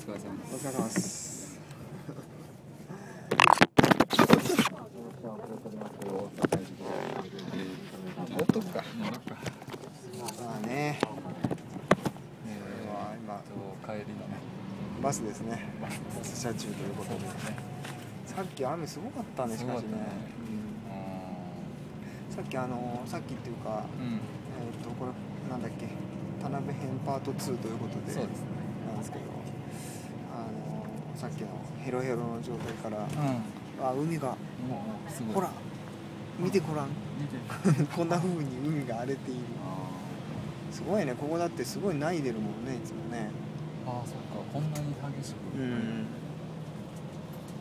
疲れ様です。持っとくかまあね。ねこれは今帰りのねバスですね。車中ということで。さっき雨すごかったねしすかごかっしたねね。うんさっきあのさっきっていうかう、んえっとこれなんだっけ田辺編パート2ということで。そうですねなんですけど、あのさっきのヘロヘロの状態から、うあ海がんもうすごいほら見てごらん。 見てこんな風に海が荒れている。あすごいねここだってすごいないでるもんねいつもねーあーそっかこんなに激しく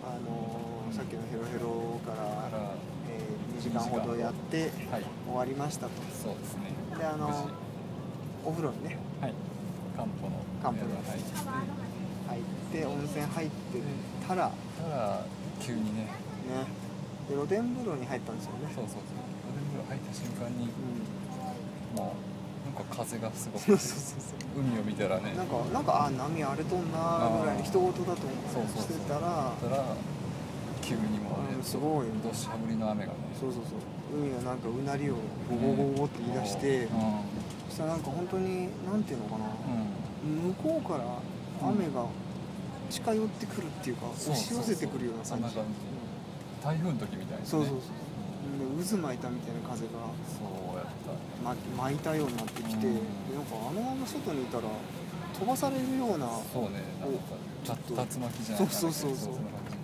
あのーさっきのヘロヘロか、だかららえ2時間ほどやってはい終わりましたとそうですねであ無の事お風呂にねはい漢方の漢方の入って入って温泉入ってたらねたら急にねで露天風呂に入ったんですよねそうそうそう俺風呂入った瞬間にうもうなんか風がすごんそうくそうそうそう海を見たらねなんかなんかあ波荒れとんなーぐらいの人事だと思そうっそうてそうたらたら急にもううねんすごいどしゃ降りの雨がねそうそうそう海がなんかうなりをゴゴゴゴって言い出してうんうんそしたらなんか本当になんていうのかな、向こうから雨が近寄ってくるっていうか、そう押し寄せてくるような感じそうそうそんな感台風の時みたいな、ね、そうそうそううで渦巻いたみたいな風がそうやったねま巻いたようになってきて、うんでなんかあのまま外にいたら飛ばされるようなそうねなんかちょっと竜竜巻じゃないそうそうそうそうそんな感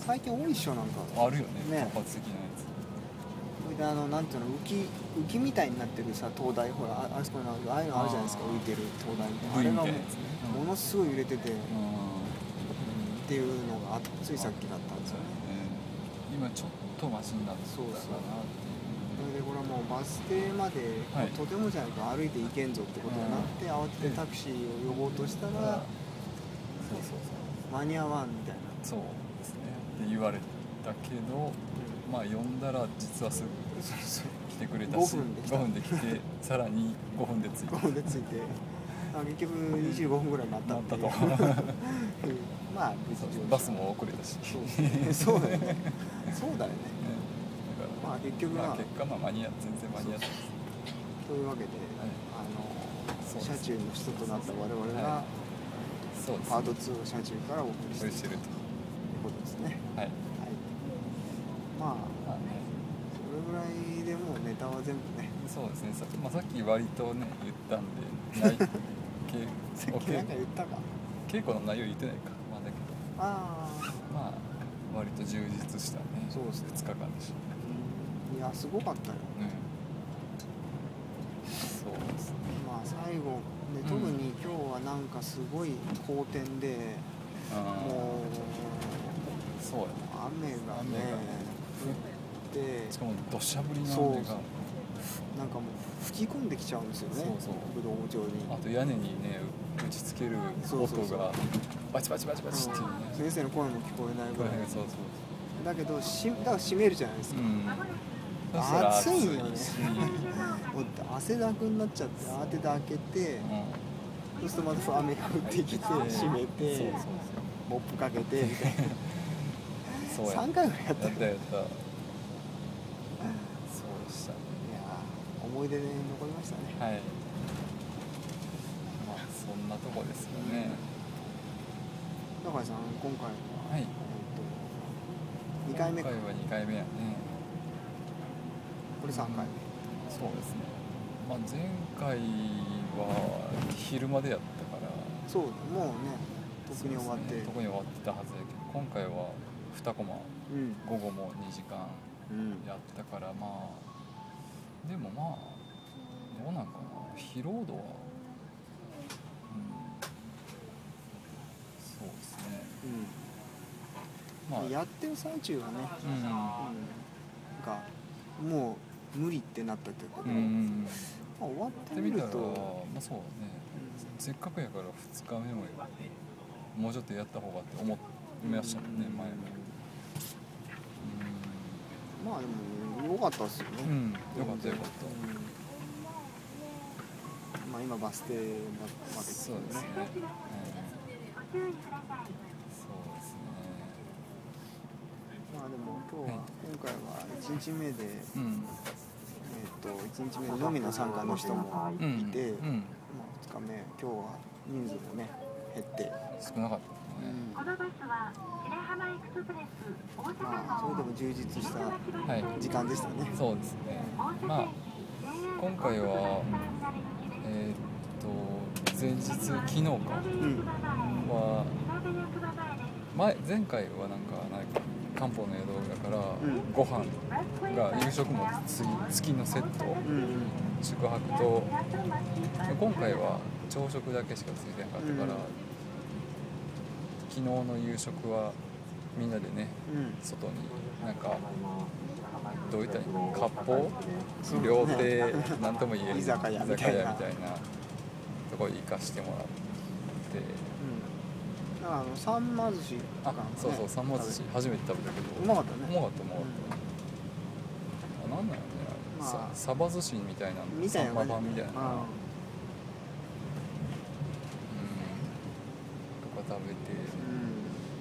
最近多いっしょなんかじあるよねね突発的なやそれであのなんていうの浮き浮きみたいになってるさ灯台ほらああそこにああいうのあるじゃないですかあー浮いてる灯台みたいつ V みたなあいれながやもつねうものすごい揺れてて、っうんていうのがあったついさっきだったんですそうよねね今ちょっとマシになったかなってそうそれでこれはもうバス停まで、はいとてもじゃないか歩いて行けんぞってことになって、慌ててタクシーを呼ぼうとしたうら、そうそう間に合わんみたいな、そうそうですねって言われたけどまあ呼んだら実はすぐそうそう来てくれたし5分で来た5分で来てさらに5分で着いたゴールで着い てあ結局25分ぐらいになったなっってた いうとまあ無事乗車バスも遅れたしそうですねそうだよねそうだよねねだからまあ結局ままああ結果まあ間に合っ全然間に合ったんですというわけで、そうあのです車中の人となった我々が、はそうですパート2を車中からお送りして応る援としいてうることですねとはいはいまあまあねそれぐらいでもうネタは全部ねそうですねさ,、まあ、さっき割とね言ったんで ないさけおっきなんけか言ったか稽古の内容言ってないかまあだけどああまあ割と充実したねそうですね2日間でしたねいやすごかったようんそうですねまあ最後で特に今日はなんかすごい好天で、あーもうそうやな雨が雨ねが降ってしかも土砂降りのそう雨がなんかもう吹き込んできちゃうんですよねそうそうぶどう町にあと屋根にね打ちつけるそうそう音そうがバチバチバチバチっていうねうん先生の声も聞こえないぐこられいねそうそうだけどしだから閉めるじゃないですそうか、んそしたら暑いよね暑しもう汗だくになっちゃって慌てて開けて、うそうするとまた雨が降ってきて閉めてそうモップかけてみたいなんそうそうそうや3回ぐらいやったやよっいたやったそうでしたねやー思い出で残りましたねはいまあそんなとこですよね高井さん今回は、はいえっと2回目今か回は2回目やねこれ3回そうですねまあ前回は昼までやったから目そうもうね特に終わっそうてですね特に終わってたはずやけど今回は2コマうん午後も2時間うんやったからまあでもまあどうなんかな疲労度はうんそうですねまあうんやってる最中はね、うんうん、がもう無理ってなったけど、うん、うん、やまあ、終わっっててみみるたらまあと、そうだねうんせっかくやから2日目ももうちょっとやった方がって思いましたもんね前もまあでも良かったですよね、うん、うん、よかったよかった、うんまあ今バス停ままで来てそうですね、うんそうですねまあでも今日ははい今回は1日目で、えうんー、と1日目のみの参加の人もうんいて、うまん、あ、2日目今日は人数もね減って、少なかったですね、このバスは白浜エクスプレス大阪まあそれでも充実したはい時間でしたね、そうですね大阪駅まあ JR 今回は高速バスターミナルえーっ行きですと前日昨日かんは神戸役場前です前前回はなんかなんか漢方の宿だから、んご飯が夕食もつ付きのセットうんうん宿泊と で今回は朝食だけしかついてなかったから、うん昨日の夕食はみんなでねうん外になんかどういったらいいの割烹料亭なんとも言える居酒屋みた居いな酒屋みたいなところに行かしてもらってうんだからあのさんま寿司あとかねそうそうさんま寿司初めて食べたけうどまかったねうまかったうまかったあなんなんやろねあれさまあサバ寿司みたいなみたいサなン感マじ版みたいなあうんとか食べて、あうん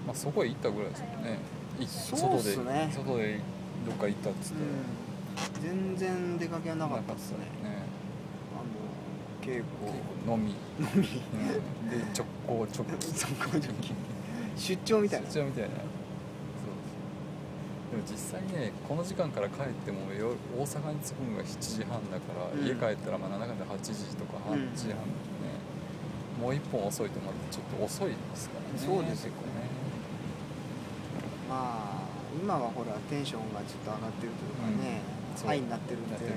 まあ、そこへ行ったぐらいですよねいそうっすね外で外でどっか行ったっつって、うん全然出かけはなかったですねねあの稽古結構飲みう飲みんで直行直帰そこで出張みたいな出張みたいなそうそうでも実際ねこの時間から帰っても夜大阪に着くのが7時半だから、うん家帰ったらまあ7時で8時とかうん8時半だね、もう一本遅いと思ってちょっと遅いですからねそうですよ結ね構ねまあ今はほらテンションがちょっと上がってるというかねうんそうハイになってるんなでってる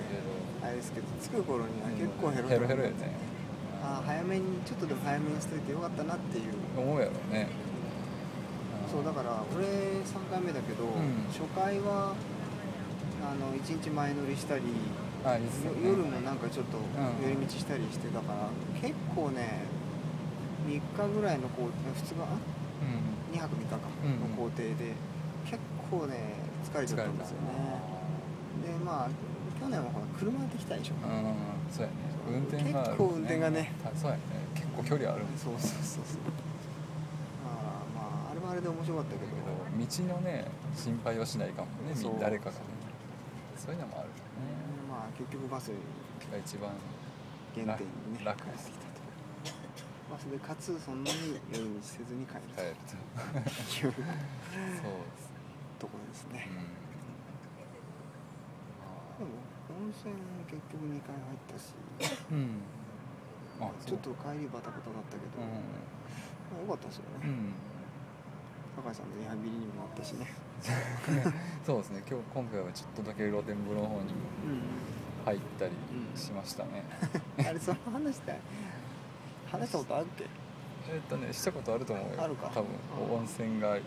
あれですけど着く頃にはけ結ど構ヘロヘロヘロやねああ早めにちょっとでも早めにしといてよかったなっていう思うやろねそうだかから俺3回目だけど、ん初回はあの1日前乗りしたり、らあいいっすよよね夜もなんかちょっとうん寄り道したりしてたから、結構ね3日ぐらいのこう2う日ん2泊3日かうんの行程で、結構ね疲れちゃ疲ったれんたですよねでまあ去年はほら車で来たでしょ、うんそうやね運転がある結構運転がねあそうやね結構距離あるんですそうそうそうそうあーまああれはあれで面白かったけどけど道のね心配はしないかもねそうみ誰かがねそういうのもあるまあ結局バスねが一番原点にね楽楽ですきたと バスでかつそんなに寄り道せずに帰る帰るとというそうですところですねねでも温泉も結局2回入ったしうんうんあちょっと帰りバタバタだったけど、そうまあ、よかったですようんうね、ん高橋さんのリハビリにもなったしねそうですね今日今回はちょっとだけ露天風呂の方にもう入ったりうんしましたね、んあれその話だ話したことあるっけ えーっとねしたことあると思うよあるか多分うん温泉が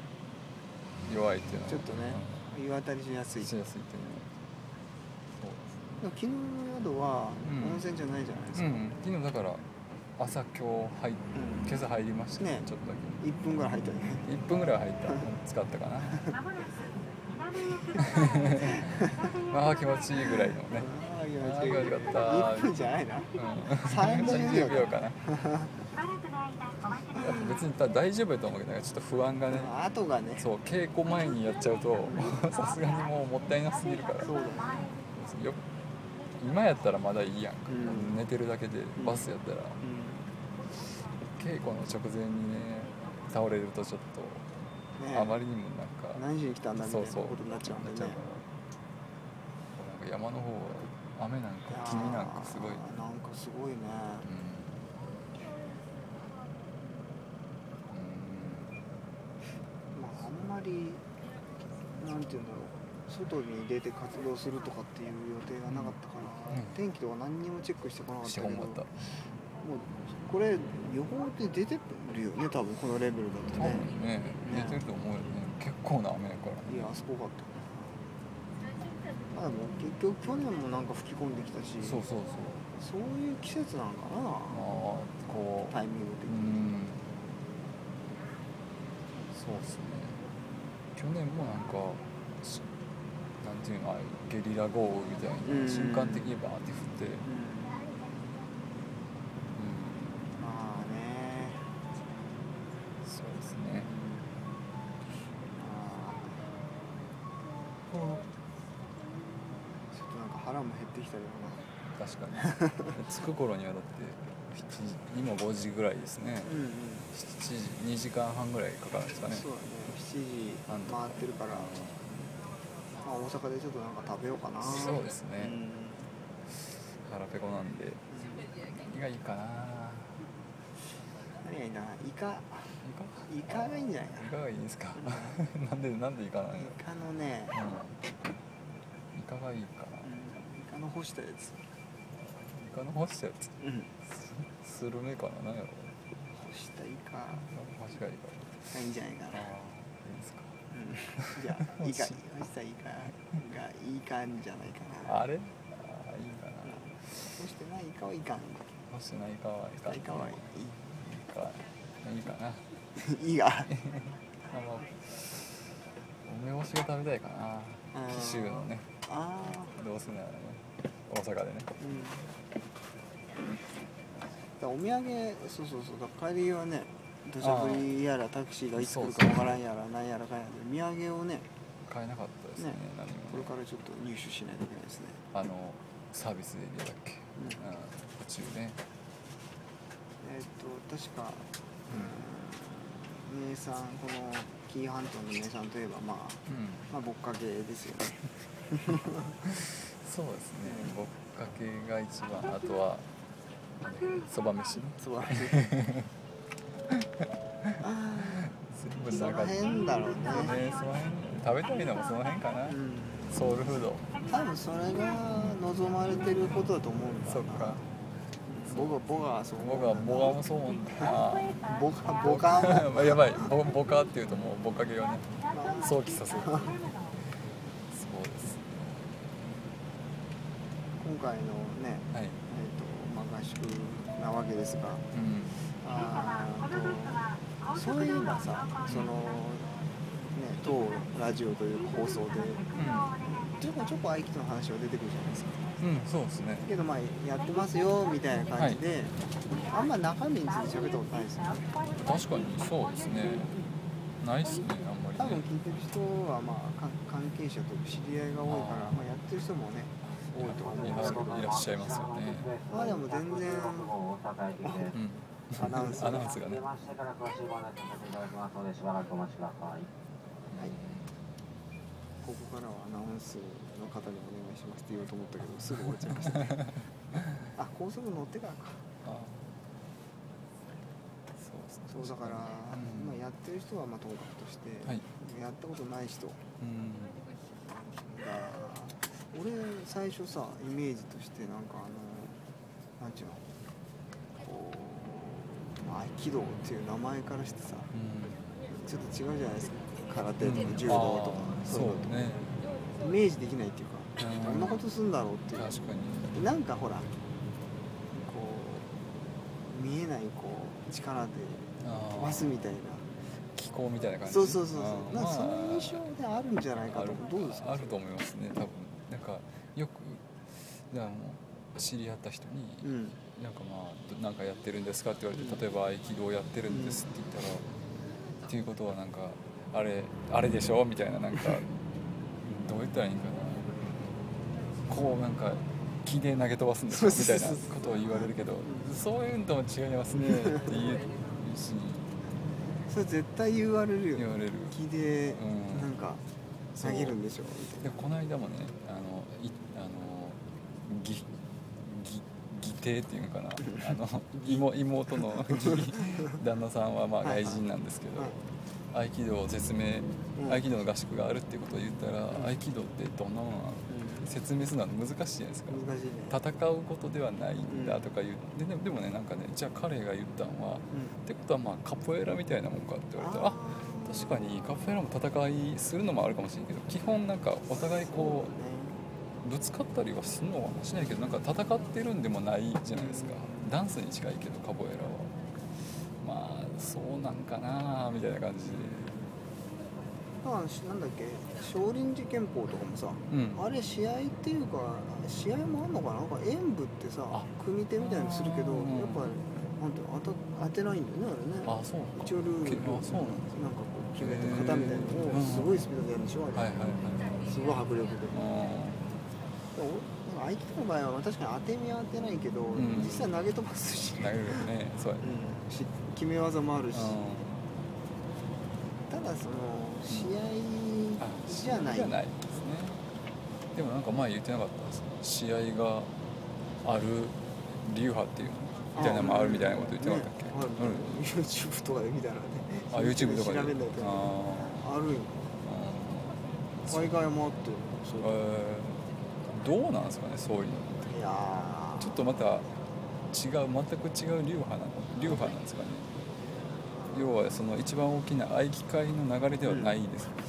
弱いっていうのはちょっとね湯当たりしやすうんいしでもやすいっていうのはそうですね昨日の宿はうん温泉じゃないじゃないですうか、ん、昨日だから朝今日入っうん今朝入りましたねねちょっとだ1分ぐらい入ったよねけ1分ぐらい入った使った かなまもなく南駅前まあ気持ち いいぐらいのね、ああいやあー違うよかった1分じゃないなうん、 30 30秒秒かかなしばらくの間お待ちください別にた大丈夫だと思うけどなんかちょっと不安がねあとがねそう稽古前にやっちゃう とさすがにもうもったいなすぎるからそうだねよ今やったらまだいいやんか、うん寝てるだけでんバスやったら、う稽古の直前にね倒れるとちょっんと、ねあまりにもなんか何時に来たんだみたいそうそなうことになっちゃうんでねなんか山の方は雨なんかいやー霧なんかすごい、うん、なんかすごいねまあ、あんまりなんていうんだろう外に出て活動するとかっていう予定がなかったかうら、ん天気とか何にもチェックしてこなかうんっしたてけこどんかもっうたこれ予報って出てるよね多分このレベルだと多ね分ねね出てると思うよね結構な雨やからねいやあそこかったまあでも結局去年もなんか吹き込んできたしそうそうそうそういう季節なのかまあなこうタイミング的うに、んそうっすね去年もなんかしなんていうのああいうゲリラ豪雨みたいうんな瞬間的にバーって降って、うんうんまあねそう腹も減ってきたけど確かに 着く頃にはだって7時今5時ぐらいですねなうんうん7時2時間半ぐらいかかるんですかねそうだね7時回ってるから、まあ、大阪でちょっとなんか食べようかなそうですねん腹ペコなんで何がいいかな何がいいなイカイイカがいいんじゃないかカイカがいいんですか なんでなんでイカなのなよ、イカのね、うん、イカがいいかなうん、イカの干したやつ、イカの干したやつうん、すスルメかな何やろ干したイカ干しがいいかがいいんじゃないかなあーな、いいんですかうん、 じゃあイカ干したイカがいいかんじゃないかなあれあーいいかうんな干してないイカはいいかん干してないイカはいいかイカ はいいかいいかないいいがあの梅干しが食べたいかなあー紀州のねあどうせならね大阪でねあうんだお土産そうそうそうだから帰りはね土砂降りやらタクシーがいつ来るかわからんやらなんやらかんやらで土産をね買えなかったですねね何もねこれからちょっと入手しないといけないですねあのサービスエリアだっけ、うんうん、途中ね、えっ、と確か名産この紀伊半島の名産といえばまあうんまあぼっかけで すよねそうですねぼっかけが一番あとはあれそば飯ね素晴らしい全ああ部そなんのかね辺だろうねその辺食べたいのもその辺かな、うんソウルフード多分それが望まれてることだと思うんだそっか僕は僕はそう僕はボガもそう思うんだな僕は僕は やばいボボカっていうともうぼっかけがねそ想う起させるそうです今回のねはいえっ、とまあ合宿なわけですがうんあーとそういえばさそのね当ラジオという放送でちょこちょこ愛機との話は出てくるじゃないですかうん、そうですねけどまあやってますよみたいな感じで、あんま中身について喋ったことないですよね確かにそうですねないっすねあん多まり分ね聞いてる人はまあか関係者と知り合いが多いからあーまあ、やってる人もね多いと思うんですけどいらっしゃいますよねまあでも全然うんアナウンスアナウンスがね出ましてから詳しいご案内させていただきますのでしばらくお待ちください。いここからはアナウンスの方にお願いしますって言おうと思ったけどすぐ終わっちゃいましたあ高速乗ってからかあーそうですねそうだから、うんまあ、やってる人はまあともかくとして、はいやったことない人がうん俺最初さイメージとしてなんかあのなんちゅうのこう、まあ、合気道っていう名前からしてさうんちょっと違うじゃないですか空手とかうん柔道とか、あーそうそいううのとねイメージできないっていうか、うんどんなことするんだろうっていう確かになんかほらこう見えないこう力で飛ばすみたいな気候みたいな感じそうそうそうあそーうなんかまそあの印象であるんじゃないかあとるどうですかあると思いますね多分なんかよくだからもう知り合った人に、うんなんかまあどなんかやってるんですかって言われて、うん例えば合気道やってるんですって言ったら、っていうことはなんかあれあれでしょみたいななんかどう言ったらいいんかなこうなんか気で投げ飛ばすんですよみそたういそなうそうことを言われるけどそういうのとも違いますねって言うしそれ絶対言われるよ言われる。気でうんなんかそう投げるんでしょみたいでこの間もねあのいあのぎぎ義弟っていうのかなあの妹妹の 義旦那さんはまあはいはい外人なんですけど、は合気道を説明、うん合気道の合宿があるっていうことを言ったら、合気道ってどんなものなの説明するのは難しいじゃないですかな、うん、難しいね戦うことではないんうだんとか言って、ででもねなんかねじゃあ彼が言ったんはってことはまあカポエラみたいなもんかって言われたらあ確かにカフェラも戦いするのもあるかもしれんけど基本なんかお互いこうぶつかったりはするのかもしれないけどなんか戦ってるんでもないじゃないですかダンスに近いけどカボエラはまあそうなんかなみたいな感じであなんだっけ少林寺拳法とかもさうんあれ試合っていうか試合もあんのかななんか演武ってさあ組手みたいにするけどやうっんぱなんていうの当た当てないんだよねあれあねそうか一応ルールけあそうなんでなんかこう決めてへー型みたいなのうをんすごいスピードでやるんでしょあすれ、はいはいはいすごい迫力でであもも合気道の場合は確かに当て身は当てないけど、ん実際投げ飛ばすし,、投げるよねそうやうねん、し決め技もあるし、うただその試合あじゃないんじゃないですねでもなんか前言ってなかったです試合がある流派っていうのみたいなのもあるみたいなこと言ってなかったっけ、ねあるうん YouTube とかで見たらねあ YouTube とかで調べないとああるよー海外もあってそういうえーどうなんですかねそういうのいやーちょっとまた違う全く違う流派なの流派なんですかね要はその一番大きな合気会の流れではないですよね、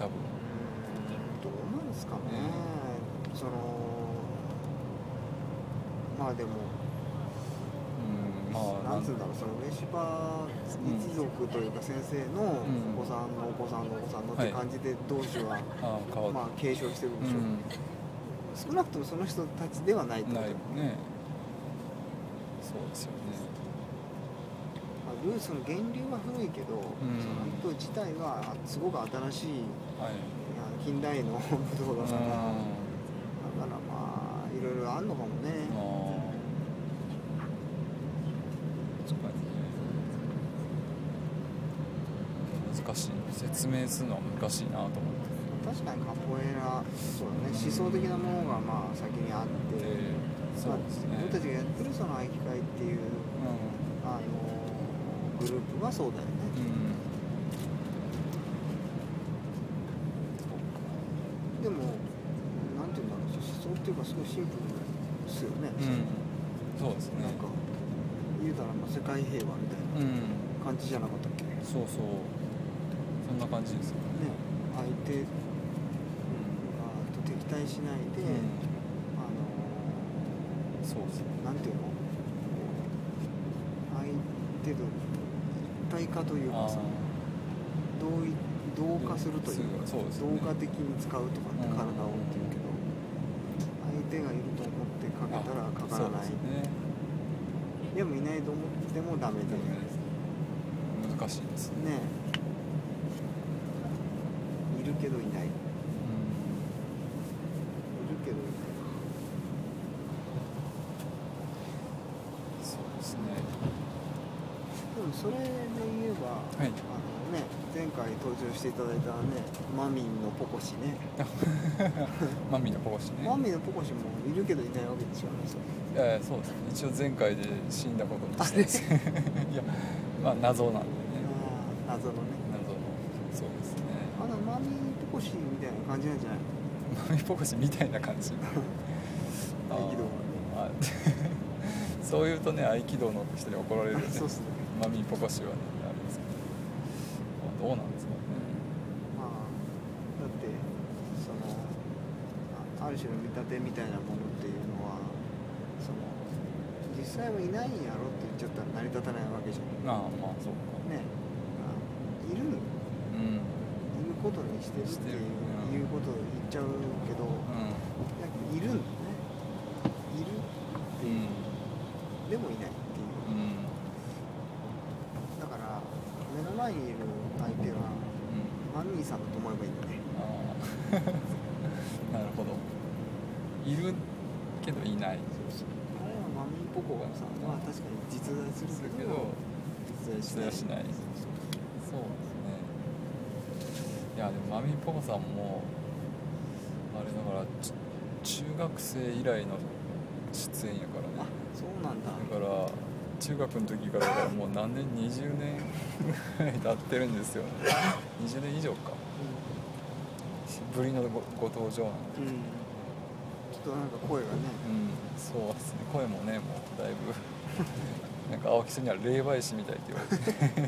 多分うーんどうなんですかね、そのまあでも、うんまあなんつうんだろうその上芝一族というか先生のんお子さんのお子さんのお子さんのっはてい感じで同士は、あー変わっまあ継承してるんでしょう、う少なくともその人たちではないってん、こなといよねそうですよねまあルースの源流は古いけんど、その一刀自体はすごく新しいはいあの近代の 武道家さんだからまあいろいろあんのかもね、ああ確かにね難しい説明するのは難しいなと思って確かにカポエラそうだね思想的なものがまあ先にあって、でそうですまあね僕たちがやってるその合気会っていうあのグループはそうだよね、うん、うん、でもなんていうんだろう思想っていうかすごいシンプルですよね、うん、そうですねなんか言うたらまあ世界平和みたいうんな感じじゃなかったっけねそうそうそんな感じですよね相手がと敵対しないで、うんあのそうですねなんていうのこう相手と一体化というああかさ同意同化するというかそうですね同化的に使うとかってうん体をっていうけど相手がいると思ってかけたらかからそうなでいすねでもいないと思ってもダメでね難しいですね、いるけどいないいるうけどいないん、そうですねでもそれで言えば、はいあのね前回登場していただいたねマミンのポコシねマミーの殺しねマミンのポコシもいるけどいないわけですよねそれいやいやそうですね一応前回で死んだことにしてます いやまあ謎なんでねあー謎のね謎のそうですねあのマミンポコシみたいな感じなんじゃないのマミー殺しみたいな感じあー 合気道はあね そう言うとね合気道の人に怒られるよねそうっすねマミーポコシはねあれですけど、まあ、どうなんですかねまあだってそのあある種の見立てみたいなものっていうのはその実際はいないんやろって言っちゃったら成り立たないわけじゃんまあまあそうかねあいるいうんることにしてるってしているううんいうことを言っちゃうけどいやいるんだねいるうんうんでもいないっていううんだから目の前にいる相手はマミーさんだと思えばいいんだねあーなるほどいるけどいないあれはマミーポコがさまあ確かに実在するけけどど実在しな実在しないいそうですねいやでもマミーポコさんもあれだからち中学生以来の出演やからあねそうなんだだから中学の時からだからもう何年20年ぐらい経ってるんですよね20年以上かぶりのごご登場なんでうん、うん、ちょっとなんか声がねうんそうですね声もねもうだいぶ なんか青木さんには霊媒師みたいって言われて 確か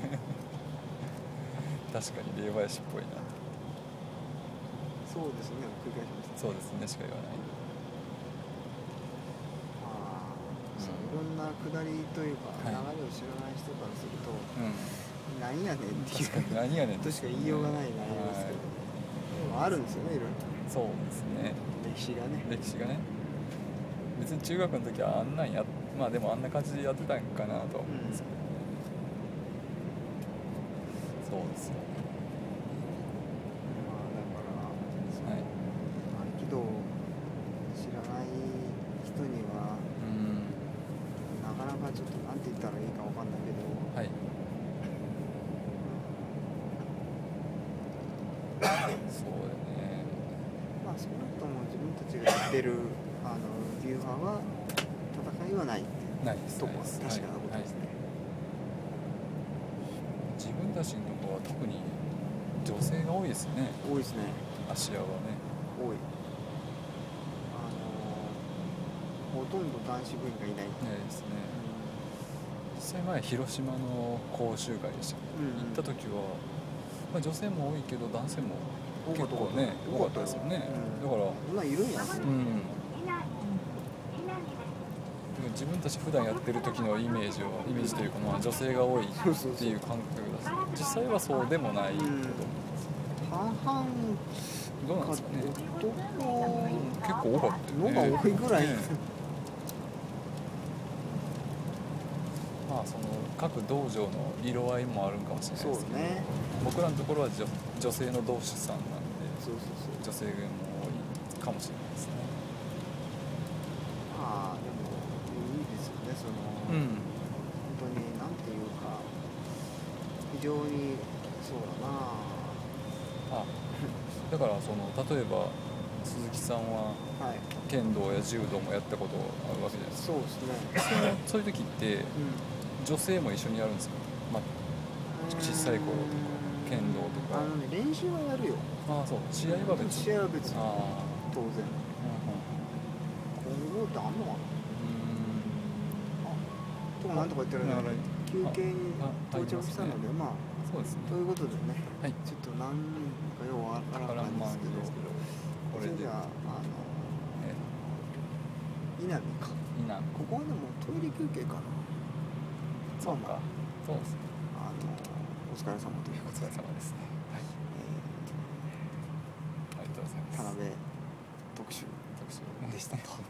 に霊媒師っぽいなそうですね繰り返しましたそうですねしか言わないああそううんいろんな下りというか、はい流れを知らない人からするとうなんやねんっていんう確かに何やねんとしか言いようがない内容ですけど、でもあるんですよねいろいはいそうですねろ歴史がね歴史がね別に中学の時はあんなんやまあでもあんな感じでやってたんかなとは思うんですけどね、そうですよまあだからはい合気道を知らないまあちょっとなんて言ったらいいかわかんないけど、はいそうだねまあ少なくとも自分たちがやってるあの流派は戦いはないっていうないですとないでこはす確かなことですね、はい自分たちのとこは特に女性が多いですよね多いですね芦屋はね多いあのほとんど男子部員がいなない、いですね実際前広島の講習会でしたけうんど行った時は、まあ、女性も多いけど男性も多か結った構ね多かったですよね、うだん、から今いるんやううん自分たち普段やってる時のイメージはイメージというかまあ女性が多いってそうそうそういう感覚だし実際はそうでもないけどうん半々どうなんかですかね男結構多かったよねのが多いぐらい、ねまあその各道場の色合いもあるんかもしれないそうですけど、ね僕らのところは女女性の同志さんなんでそうそうそう女性も多いかもしれないですねまあでもいいですよねそうの、ん本当になんていうか非常にそうだなあだからその例えば鈴木さんはあはい剣道や柔道もやったことあるわけじゃないですかそうですねそのそういう時ってうん女性も一緒にやるんですか、まあ、小さい頃とか剣道とかあのね練習はやるよああそう試合は別試合は別ああ当然今後ってあんのかうなとかなんとか言ってるんだかならる休憩にああ到着したのでまあんそうですねということでね、はいちょっと何かようわかだかららないんでまあすけどですけどこれそれでじゃあええあの稲見かいいなここはでもトイレ休憩かなそうかそうですねあのお疲れ様というおこと疲れで、様ですねはいありえがとうございーます田辺特集特集でした